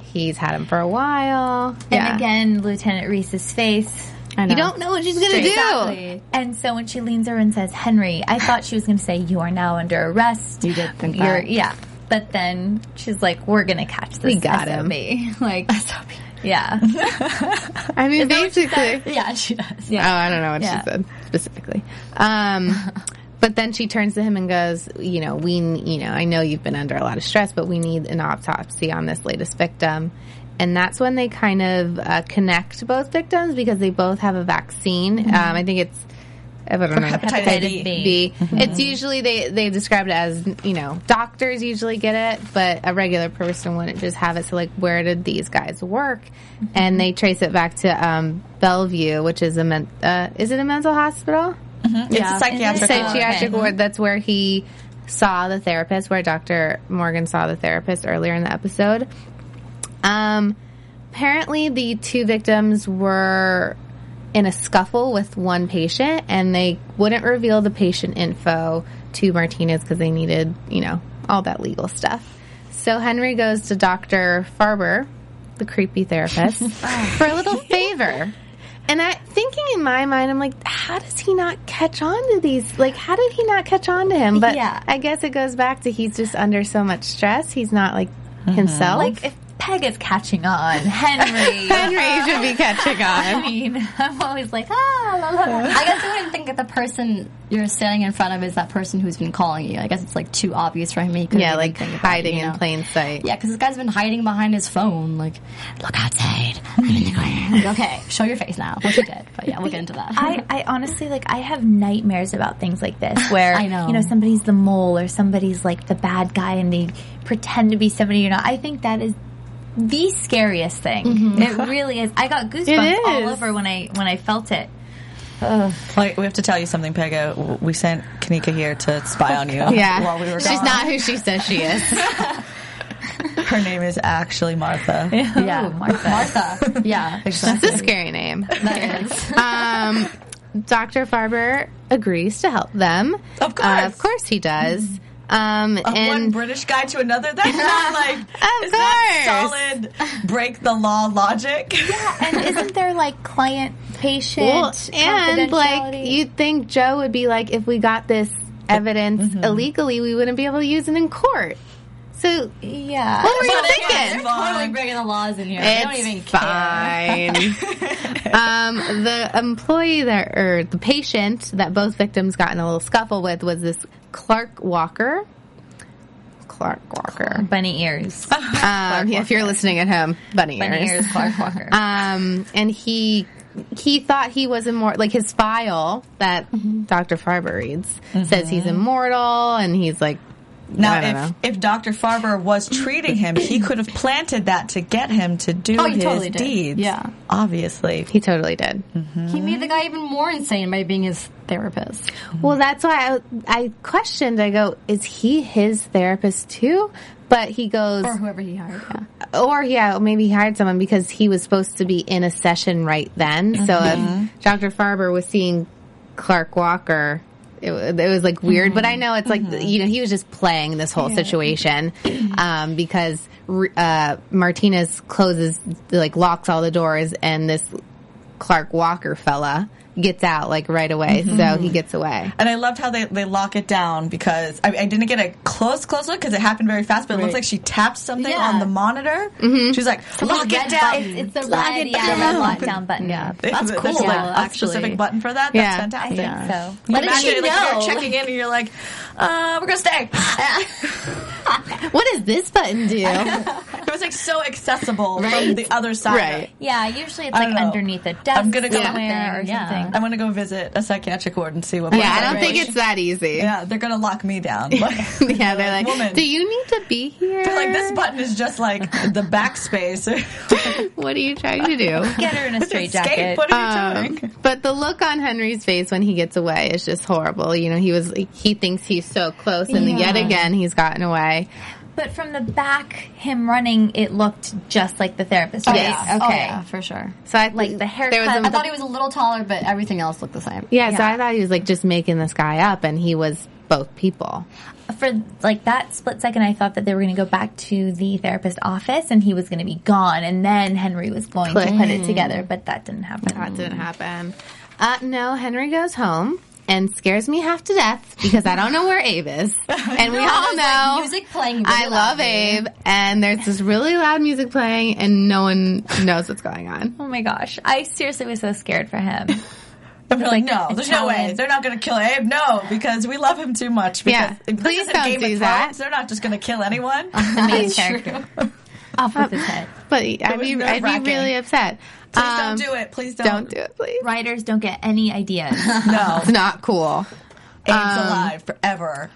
He's had him for a while.
And again, Lieutenant Reese's face.
I
you don't know what she's gonna do.
Exactly.
And so when she leans over and says, Henry, I thought she was going to say, you are now under arrest.
You did think
You're,
that.
Yeah. But then she's like, we're going to catch this
We got him.
SOB. *laughs* Like,
*laughs*
yeah.
I mean, basically.
Yeah, she does.
Oh, I don't know what
Yeah.
she said specifically. Um,
*laughs*
but then she turns to him and goes, "You know, we, you know, I know you've been under a lot of stress, but we need an autopsy on this latest victim." And that's when they kind of uh, connect both victims because they both have a vaccine.
Mm-hmm.
Um, I think it's. I don't know.
hepatitis
Hepatitis
B.
B.
B. It's usually they they describe it as you know doctors usually get it, but a regular person wouldn't just have it. So like, where did these guys work?
Mm-hmm.
And they trace it back to um, Bellevue, which is a men- uh, is it a mental hospital?
Mm-hmm. It's a psychiatric. ward.
Psychiatric ward. That's where he saw the therapist, where Doctor Morgan saw the therapist earlier in the episode. Um, apparently, the two victims were in a scuffle with one patient, and they wouldn't reveal the patient info to Martinez because they needed, you know, all that legal stuff. So Henry goes to Doctor Farber, the creepy
*laughs*
therapist, for a little favor. And I thinking in my mind, I'm like, how does he not catch on to these? Like, how did he not catch on to him? But
Yeah.
I guess it goes back to he's just under so much stress. He's not like himself.
Mm-hmm. Like, if Peg is catching on, *laughs* Henry.
Henry should be catching
I
on.
mean, I'm always like, ah, la, la, la.
I guess I wouldn't think that the person you're standing in front of is that person who's been calling you. I guess it's like too obvious for him. He couldn't
Yeah,
even
like
think about it,
hiding
you
in
know?
plain sight.
Yeah, because this guy's been hiding behind his phone. Like, look outside. I'm in the corner. Like, *laughs* okay, show your face now. What you did. But yeah, we'll get into *laughs* that.
I, I honestly like I have nightmares about things like *laughs* this where
I know.
you know somebody's the mole or somebody's like the bad guy and they pretend to be somebody you're not. I think that is the scariest thing. It really is. I got goosebumps all
is.
over when I when I felt it.
Like, we have to tell you something, Pega. W- We sent Kanika here to
Oh,
spy on you.
Yeah.
While we were
She's
gone.
not who she says
*laughs*
she is.
Her name is actually Martha.
yeah, Martha. Martha. Yeah,
That's a scary name.
that is. *laughs*
Um, Dr. Farber agrees to help them. Uh,
Of course.
of course he does.
Mm-hmm.
Um,
Of one
and
British guy to another. That's
*laughs*
not like
Of
is that solid break the law
*laughs*
logic.
And isn't there like client patient
Well, and like
confidentiality?
you'd think Joe would be like, if we got this evidence
Mm-hmm.
illegally, we wouldn't be able to use it in court. So
yeah.
what were you
Come
thinking?
on.
Totally breaking the laws in here. I don't even
It's *laughs* fine. um, the employee that, or the patient that both victims got in a little scuffle with was this Clark Walker. Clark Walker.
bunny ears.
Um, if you're listening at home, bunny,
bunny ears Clark Walker.
um, and he he thought he was immortal. Like his file that Doctor Farber reads says he's immortal, and he's like, I don't
Now,
know.
if, if Dr. Farber was treating him, he could have planted that to get him to do
Oh, he
his
totally did.
deeds.
Yeah.
Obviously.
he totally did.
He made the guy even more insane by being his *laughs* therapist.
Well, that's why I, I questioned. I go, is he his therapist too? But he goes,
Or whoever he hired. Yeah.
or yeah, maybe he hired someone because he was supposed to be in a session right then. So
Mm-hmm.
if Dr. Farber was seeing Clark Walker, it, wa- it was like weird. But
Mm-hmm.
I know it's like you know he was just playing this whole
*clears throat*
situation um, because re- uh, Martinez closes like locks all the doors and this Clark Walker fella gets out like right away. So he gets away.
And I loved how they, they lock it down because I, I didn't get a close, close look because it happened very fast, but it looks like she tapped something
Yeah. Mm-hmm.
on the monitor. She was like, lock it
red
down.
button.
it's the
Lock
red,
it
yeah,
down.
red lockdown button. Yeah.
That's
cool,
There's like
yeah,
a specific
actually.
button for that. That's
Yeah.
fantastic.
think so.
Let
Imagine,
it
like,
know.
you're checking in and you're like, uh, we're going to
*laughs*
stay. *laughs*
What does this button *laughs* do?
it was like so accessible from the other side.
Right.
Yeah, usually it's
I don't
like
know.
underneath a desk
I'm gonna go-
somewhere or
Yeah.
something.
I want to go visit a psychiatric ward and see what.
Yeah, I don't think it's that easy.
Yeah, they're gonna lock me down.
*laughs* Yeah, they're like,
woman.
do you need to be here?
They're like this button is just like the backspace. *laughs*
What are you trying to do?
Get her in a straight
Escape.
jacket.
What
Um,
are you doing?
But the look on Henry's face when he gets away is just horrible. You know, he was he thinks he's so close, and yet again he's gotten away.
But from the back, him running, it looked just like the therapist.
Oh,
right?
yeah.
Okay.
Oh, yeah, for sure.
So I
Like the haircut.
There was a-
I
I thought he was a little taller, but everything else looked the same.
yeah, so
yeah.
I thought he was like just making this guy up, and he was both people.
for like that split second, I thought that they were going to go back to the therapist's office and he was going to be gone, and then Henry was going to
Click.
put it together, but that didn't happen.
That didn't happen. Uh, no, Henry goes home and scares me half to death because I don't know where Abe
*laughs*
is. And we all
there's,
know
like, music playing really
I love
loudly.
Abe, and there's this really loud music playing, and no one knows what's going on.
Oh my gosh, I seriously was so scared for him.
I'm like,
like
no,
a
there's no way.
challenge.
They're not going to kill Abe. No, because we love him too much. Because
Yeah,
this
please
isn't
don't
Game
do
of
that.
Thrones. They're not just going to kill
*laughs*
anyone.
The main character. Off with his head.
But I'd
was
be, I'd
nerve-wracking.
be really upset.
Please don't do it. Please don't.
Um, Don't do it, please.
Writers don't get any ideas. *laughs*
No,
It's not cool.
Abe's
Um,
alive forever.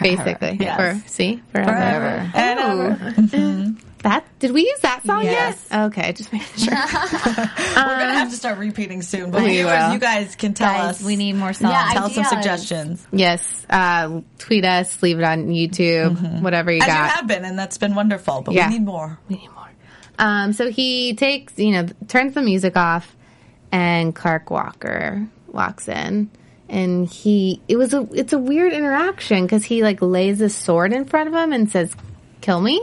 Basically,
Yes.
for see forever.
And um, ever.
That did we use that song
Yes.
yet? Okay, just making sure.
We're going to have to start repeating soon. But
we
viewers,
will.
you guys can tell
Guys,
us.
we need more songs.
Yeah, I-
tell us some
ideas.
suggestions.
yes, uh, tweet us, leave it on YouTube, whatever you
Mm-hmm. As you
got.
have been, and that's been wonderful. But
Yeah.
we need more.
we need more. Um, so he takes, you know, turns the music off, and Clark Walker walks in, and he it was a it's a weird interaction because he like lays a sword in front of him and says, "Kill me."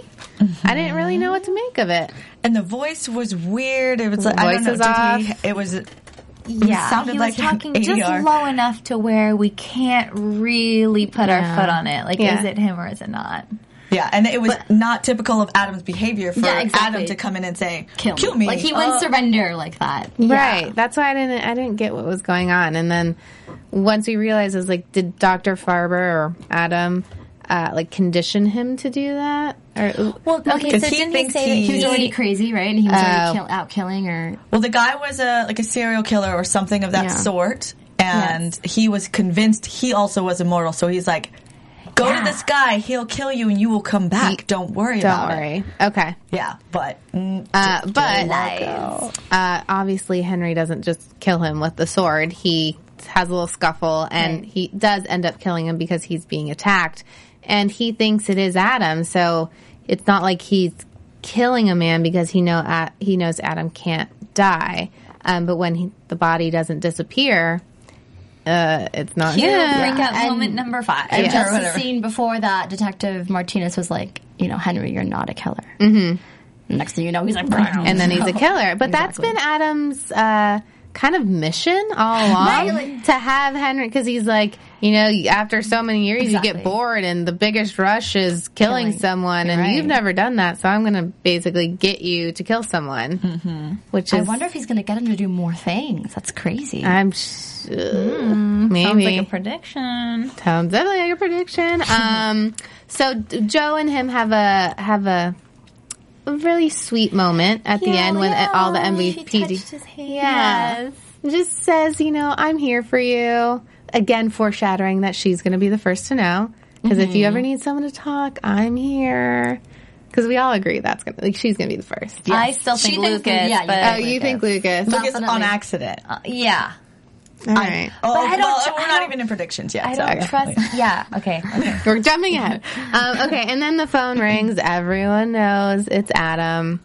I didn't really know what to make of it.
And the voice was weird. It was like, I
Voice
don't know.
is
Did
off.
he, it was.
yeah,
sounded
he
like
was
an
talking just
ADR.
low enough to where we can't really put
Yeah.
our foot on it. Like,
Yeah.
is it him or is it not?
Yeah, and it was not typical of Adam's behavior for
Yeah, exactly.
Adam to come in and say, Uh,
Kill me. Oh. Like he wouldn't surrender like that.
Right. That's why I didn't I didn't get what was going on. And then once we realized, I was like, did Doctor Farber or Adam uh, like condition him to do that? Or
Well, okay,
Because
so
he
didn't they
thinks
say
he-
that
He was already crazy, right? And he was
Oh.
already kill, out killing or
Well, the guy was a like a serial killer or something of that
Yeah.
sort, and he was convinced he also was immortal. So he's like, "Go to this guy; he'll kill you, and you will come back. don't worry
don't
about it."
worry. Okay.
Yeah, but mm,
Uh, but
lies.
uh, obviously Henry doesn't just kill him with the sword. He has a little scuffle and he does end up killing him because he's being attacked and he thinks it is Adam. So it's not like he's killing a man because he know Ad- he knows Adam can't die. Um, but when he, the body doesn't disappear, uh, it's not
Cue
him.
breakout moment number five.
Yeah.
just the
whatever.
scene before that detective martinez was like you know henry you're not a killer mm-hmm. next thing you know he's *laughs* like
And then he's a killer. But that's been Adam's uh, kind of mission
*laughs*
all along to have Henry, because he's like, you know, after so many years, you
Exactly.
get bored, and the biggest rush is killing,
Killing.
someone, and
Right.
you've never done that, so I'm going to basically get you to kill someone. Which is,
Mm-hmm. i wonder if he's going to get him to do more things that's crazy
I'm s-
Hmm.
uh, maybe
Sounds like a prediction.
Sounds definitely like
*laughs*
a prediction. Um, so D- Joe and him have a have a, a really sweet moment at the end when uh, all the MVP. Yes. Just says, you know, I'm here for you. Again, foreshadowing that she's going to be the first to know. Because if you ever need someone to talk, I'm here. Because we all agree that's going to, like, she's going to be the first.
I still think
thinks
Lucas,
that- yeah, you
Oh,
but
you think Lucas?
Lucas on accident.
yeah,
All right.
oh,
I don't
well,
tr-
we're
I
not
don't-
even in predictions yet.
I
so.
don't trust. Yeah, okay. okay.
We're jumping ahead. Um, okay, and then the phone rings. Everyone knows it's Adam.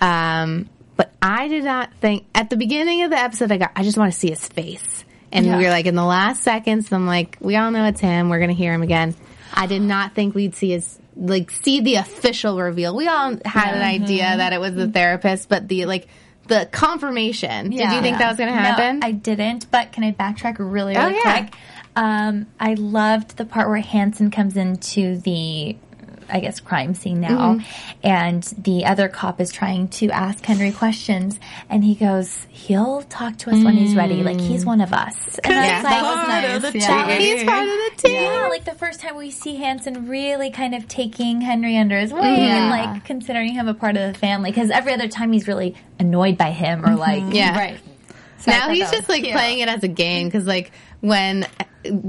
Um, but I did not think at the beginning of the episode. I got. I just want to see his face, and we were like in the last seconds. I'm like, we all know it's him. We're gonna hear him again. I did not think we'd see his like see the official reveal. We all had an idea
Mm-hmm.
that it was the therapist, but the like the confirmation. Did you think that was gonna happen?
No, I didn't. But can I backtrack really,
Oh,
really
yeah.
quick? Um, I loved the part where Hanson comes into the, I guess, crime scene now,
Mm-hmm.
and the other cop is trying to ask Henry questions, and he goes, "He'll talk to us when he's ready. Like he's one of us." And I
Mm. Yeah.
was like,
That was
Part of the
That
team.
he's part of the team.
yeah, like the first time we see Hanson really kind of taking Henry under his wing and like considering him a part of the family because every other time he's really annoyed by
Mm-hmm.
him or like
Yeah.
right
now he's just like playing it as a game because like when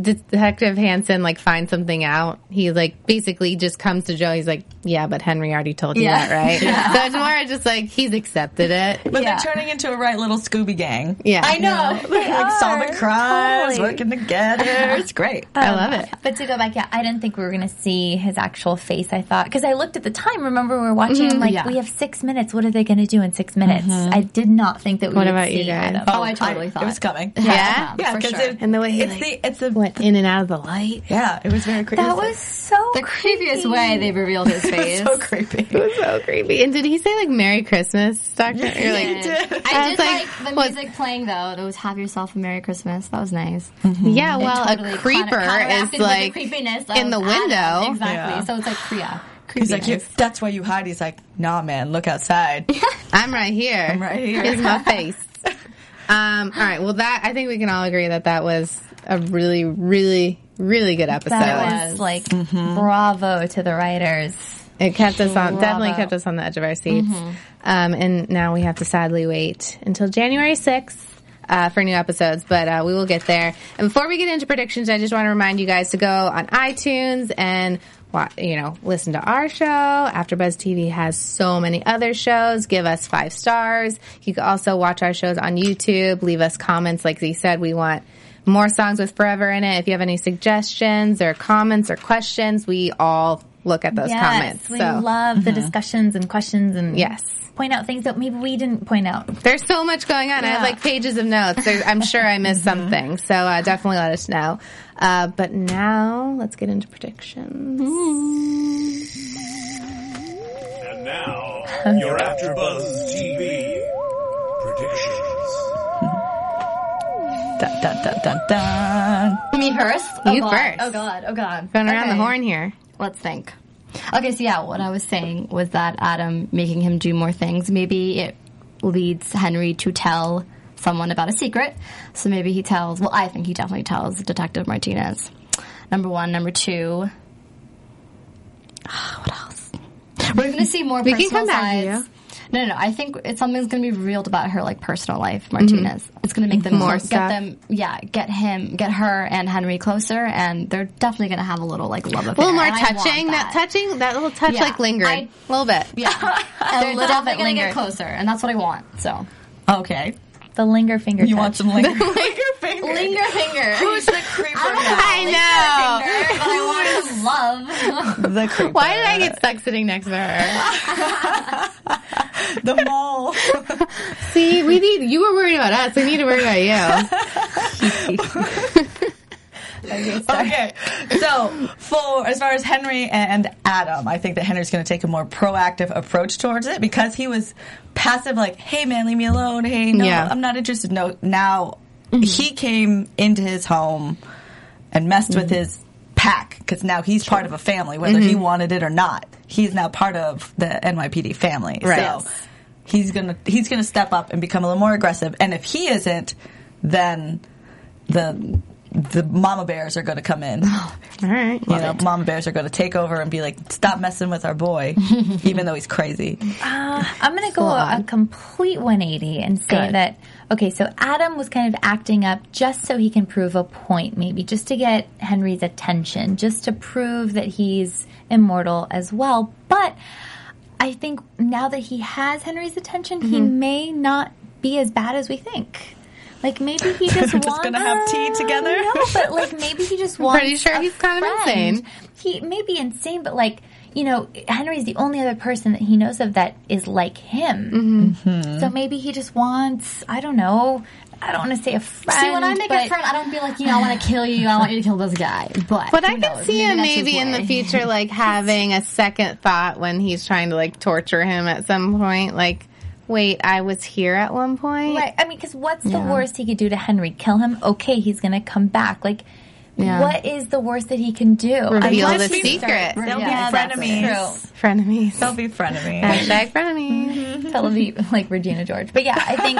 Detective Hansen like finds something out, he like basically just comes to Joe. He's like, "Yeah, but Henry already told you
Yeah.
that, *laughs* right?" So it's more just like he's accepted it.
But
Yeah.
they're turning into a right little Scooby gang.
Yeah,
I know.
They're *laughs* like solving crimes,
Totally.
working together. It's great.
*laughs*
I love it.
But to go back, yeah, I didn't think we were going to see his actual face. I thought because I looked at the time. Remember, we were watching.
Mm-hmm.
I'm like,
Yeah.
we have six minutes. What are they going to do in six minutes? I did not think that we
What
would
about
see
you guys?
Adam.
Oh, I totally thought
it was coming.
Yeah,
Yeah,
for
because
sure.
it,
And the way he,
it's
like-
the it's the
went in and out of the light.
yeah, it was very creepy.
that was so
the creepiest *laughs* way they revealed his *laughs* face.
so creepy.
It was so creepy. And did he say like "Merry Christmas," Doctor? You're like,
I
was
did
like,
like, the
what-
music playing though. Those "Have Yourself a Merry Christmas." That was nice.
yeah. Well,
Totally
a
counter-
creeper
counteracted with
is
the
like
creepiness of
in the
Adam.
window.
Exactly.
Yeah.
So it's like yeah, creepy.
He's like, you, that's why you hide. He's like, nah, man, look outside.
I'm right here. I'm
right here.
Here's my face. Um, all right. Well, that I think we can all agree that that was a really, really, really good episode.
That was like
Mm-hmm.
bravo to the writers.
It kept us on, definitely
Bravo.
kept us on the edge of our seats.
Mm-hmm.
Um, and now we have to sadly wait until January 6th. Uh, for new episodes, but uh, we will get there. And before we get into predictions, I just want to remind you guys to go on iTunes and wa you know listen to our show. AfterBuzz TV has so many other shows. Give us five stars. You can also watch our shows on YouTube. Leave us comments, like Z said. We want more songs with forever in it. If you have any suggestions or comments or questions, we all look at those
yes,
comments.
we
so
love the discussions and questions and
Yes.
point out things that maybe we didn't point out.
there's so much going on. I have
Yeah.
like pages of notes. There, I'm sure I *laughs* missed something. So uh, definitely let us know. Uh, but now let's get into predictions.
And now, your AfterBuzz TV predictions.
dun, dun, dun, dun, dun.
me first. Oh,
You
God.
first.
Oh god. Oh god.
Going around the
Okay.
horn here.
Let's think. Okay, so yeah, what I was saying was that Adam making him do more things. Maybe it leads Henry to tell someone about a secret. So maybe he tells, well, I think he definitely tells Detective Martinez. Number one. Number two. Ah, What else? We're going to see more
We can
personal
come back to
sides. No, no, no. I think it's something's going to be revealed about her, like personal life, Martinez. It's going to make them
Mm-hmm. More
close-
stuff.
get them, yeah, get him, get her and Henry closer, and they're definitely going to have a little like love affair.
A little more
and I want
touching. That. touching, that little touch
Yeah.
like lingered
I-
a little bit. *laughs*
yeah,
A
they're
little
definitely
bit
going to
lingered.
get closer, and that's what I want. So
Okay,
The linger finger.
you
touch.
want some
*laughs*
linger, linger finger?
linger *laughs* finger.
Who's the creeper?
I know.
I *laughs* want love.
the creeper.
Why did I get stuck sitting next to her?
the mole?
See, we need. You were worried about us. We need to worry about you.
okay, so for as far as Henry and Adam, I think that Henry's going to take a more proactive approach towards it because he was passive, like, "Hey, man, leave me alone. Hey, no,
Yeah.
I'm not interested." No, now he came into his home and messed with his pack because now he's part of a family, whether he wanted it or not. He's now part of the NYPD family,
Right.
so he's gonna he's gonna step up and become a little more aggressive. And if he isn't, then the the mama bears are going to come in.
All right.
You know, mama bears are going to take over and be like, "Stop messing with our boy," even though he's crazy.
Uh, I'm going to go a, a complete 180 and say
Good.
that, okay, so Adam was kind of acting up just so he can prove a point, maybe, just to get Henry's attention, just to prove that he's immortal as well. But I think now that he has Henry's attention, he
Mm-hmm.
may not be as bad as we think. Like maybe
*laughs*
he just
They're just
wants
gonna have tea together?
No, but like maybe he
*laughs*
just wants.
pretty sure
a
he's kind of
friend.
insane.
He may be insane, but like you know, Henry's the only other person that he knows of that is like him.
Mm-hmm.
So maybe he just wants. I don't know. I don't want to say a friend.
See, when I make
but-
a friend, I don't be like, you know, I want to kill you. I want you to kill this guy. But
But I
who
can
knows?
see him
that's his
maybe in the
way.
future, like having a second thought when he's trying to like torture him at some point. Like, wait, I was here at one point.
Right. I mean, because what's the worst he could do to Henry? Kill him? Okay, he's going to come back. Like, what is the worst that he can do?
Reveal
Unless
the
we
secret.
They'll
Yeah,
be
that's
frenemies.
Frenemies.
*laughs* They'll be frenemies.
Hashtag frenemies.
*laughs*
That'll be like Regina George. But yeah, I think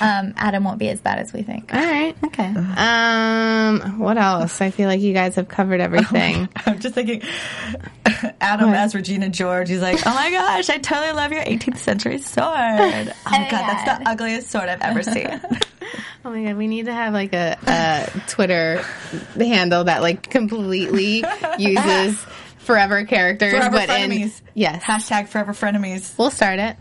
um, Adam won't be as bad as we think.
All right.
Okay.
Um, what else? I feel like you guys have covered everything.
*laughs* I'm just thinking, Adam as Regina George. He's like, "Oh my gosh, I totally *laughs* love your 18th century sword. Oh my god, that's the ugliest sword I've ever seen."
Oh my god, we need to have like a, a Twitter handle that like completely uses forever characters,
Forever
but in
frenemies.
yes,
Hashtag forever frenemies.
we'll start it.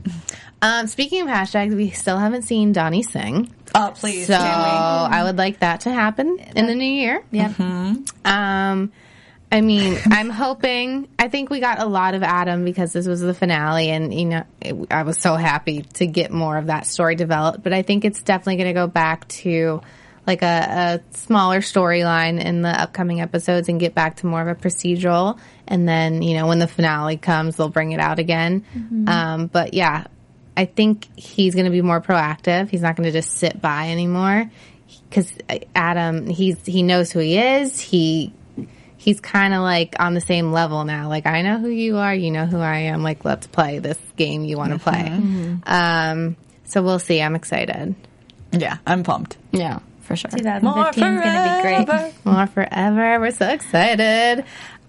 Um, speaking of hashtags, we still haven't seen Donnie sing,
Oh, please.
so
Can
I would like that to happen in the new year.
Yep.
Um, I mean, I'm hoping. I think we got a lot of Adam because this was the finale, and you know, it, I was so happy to get more of that story developed. But I think it's definitely going to go back to like a, a smaller storyline in the upcoming episodes and get back to more of a procedural. And then you know, when the finale comes, they'll bring it out again. Um, but yeah, I think he's going to be more proactive. He's not going to just sit by anymore because Adam, he's he knows who he is. He he's kind of like on the same level now. Like I know who you are, you know who I am. Like let's play this game you want to play. Um, so we'll see. I'm excited.
we? Yeah, I'm pumped.
Yeah.
for sure.
2015 is going to be great.
More forever. We're so excited.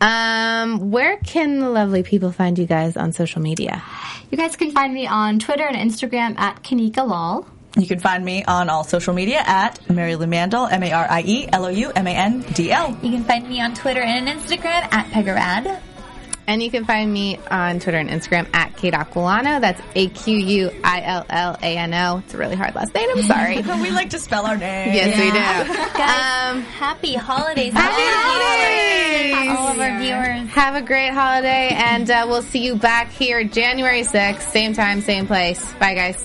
Um, where can the lovely people find you guys on social media?
You guys can find me on Twitter and Instagram at Kanika Lal.
You can find me on all social media at Mary Lou Mandel, M A R I E L O U M A N D L.
You can find me on Twitter and Instagram at Pegarad.
And you can find me on Twitter and Instagram at Kate Aquilano. That's A Q U I L L A N O. It's a really hard last name. I'm sorry.
We like to spell our
*laughs*
name.
yes, we *laughs* do.
Guys, Um, happy holidays. to all of you.
Happy
To
holidays!
All of our viewers.
Have a great holiday, and uh, we'll see you back here January 6th, same time, same place. Bye, guys.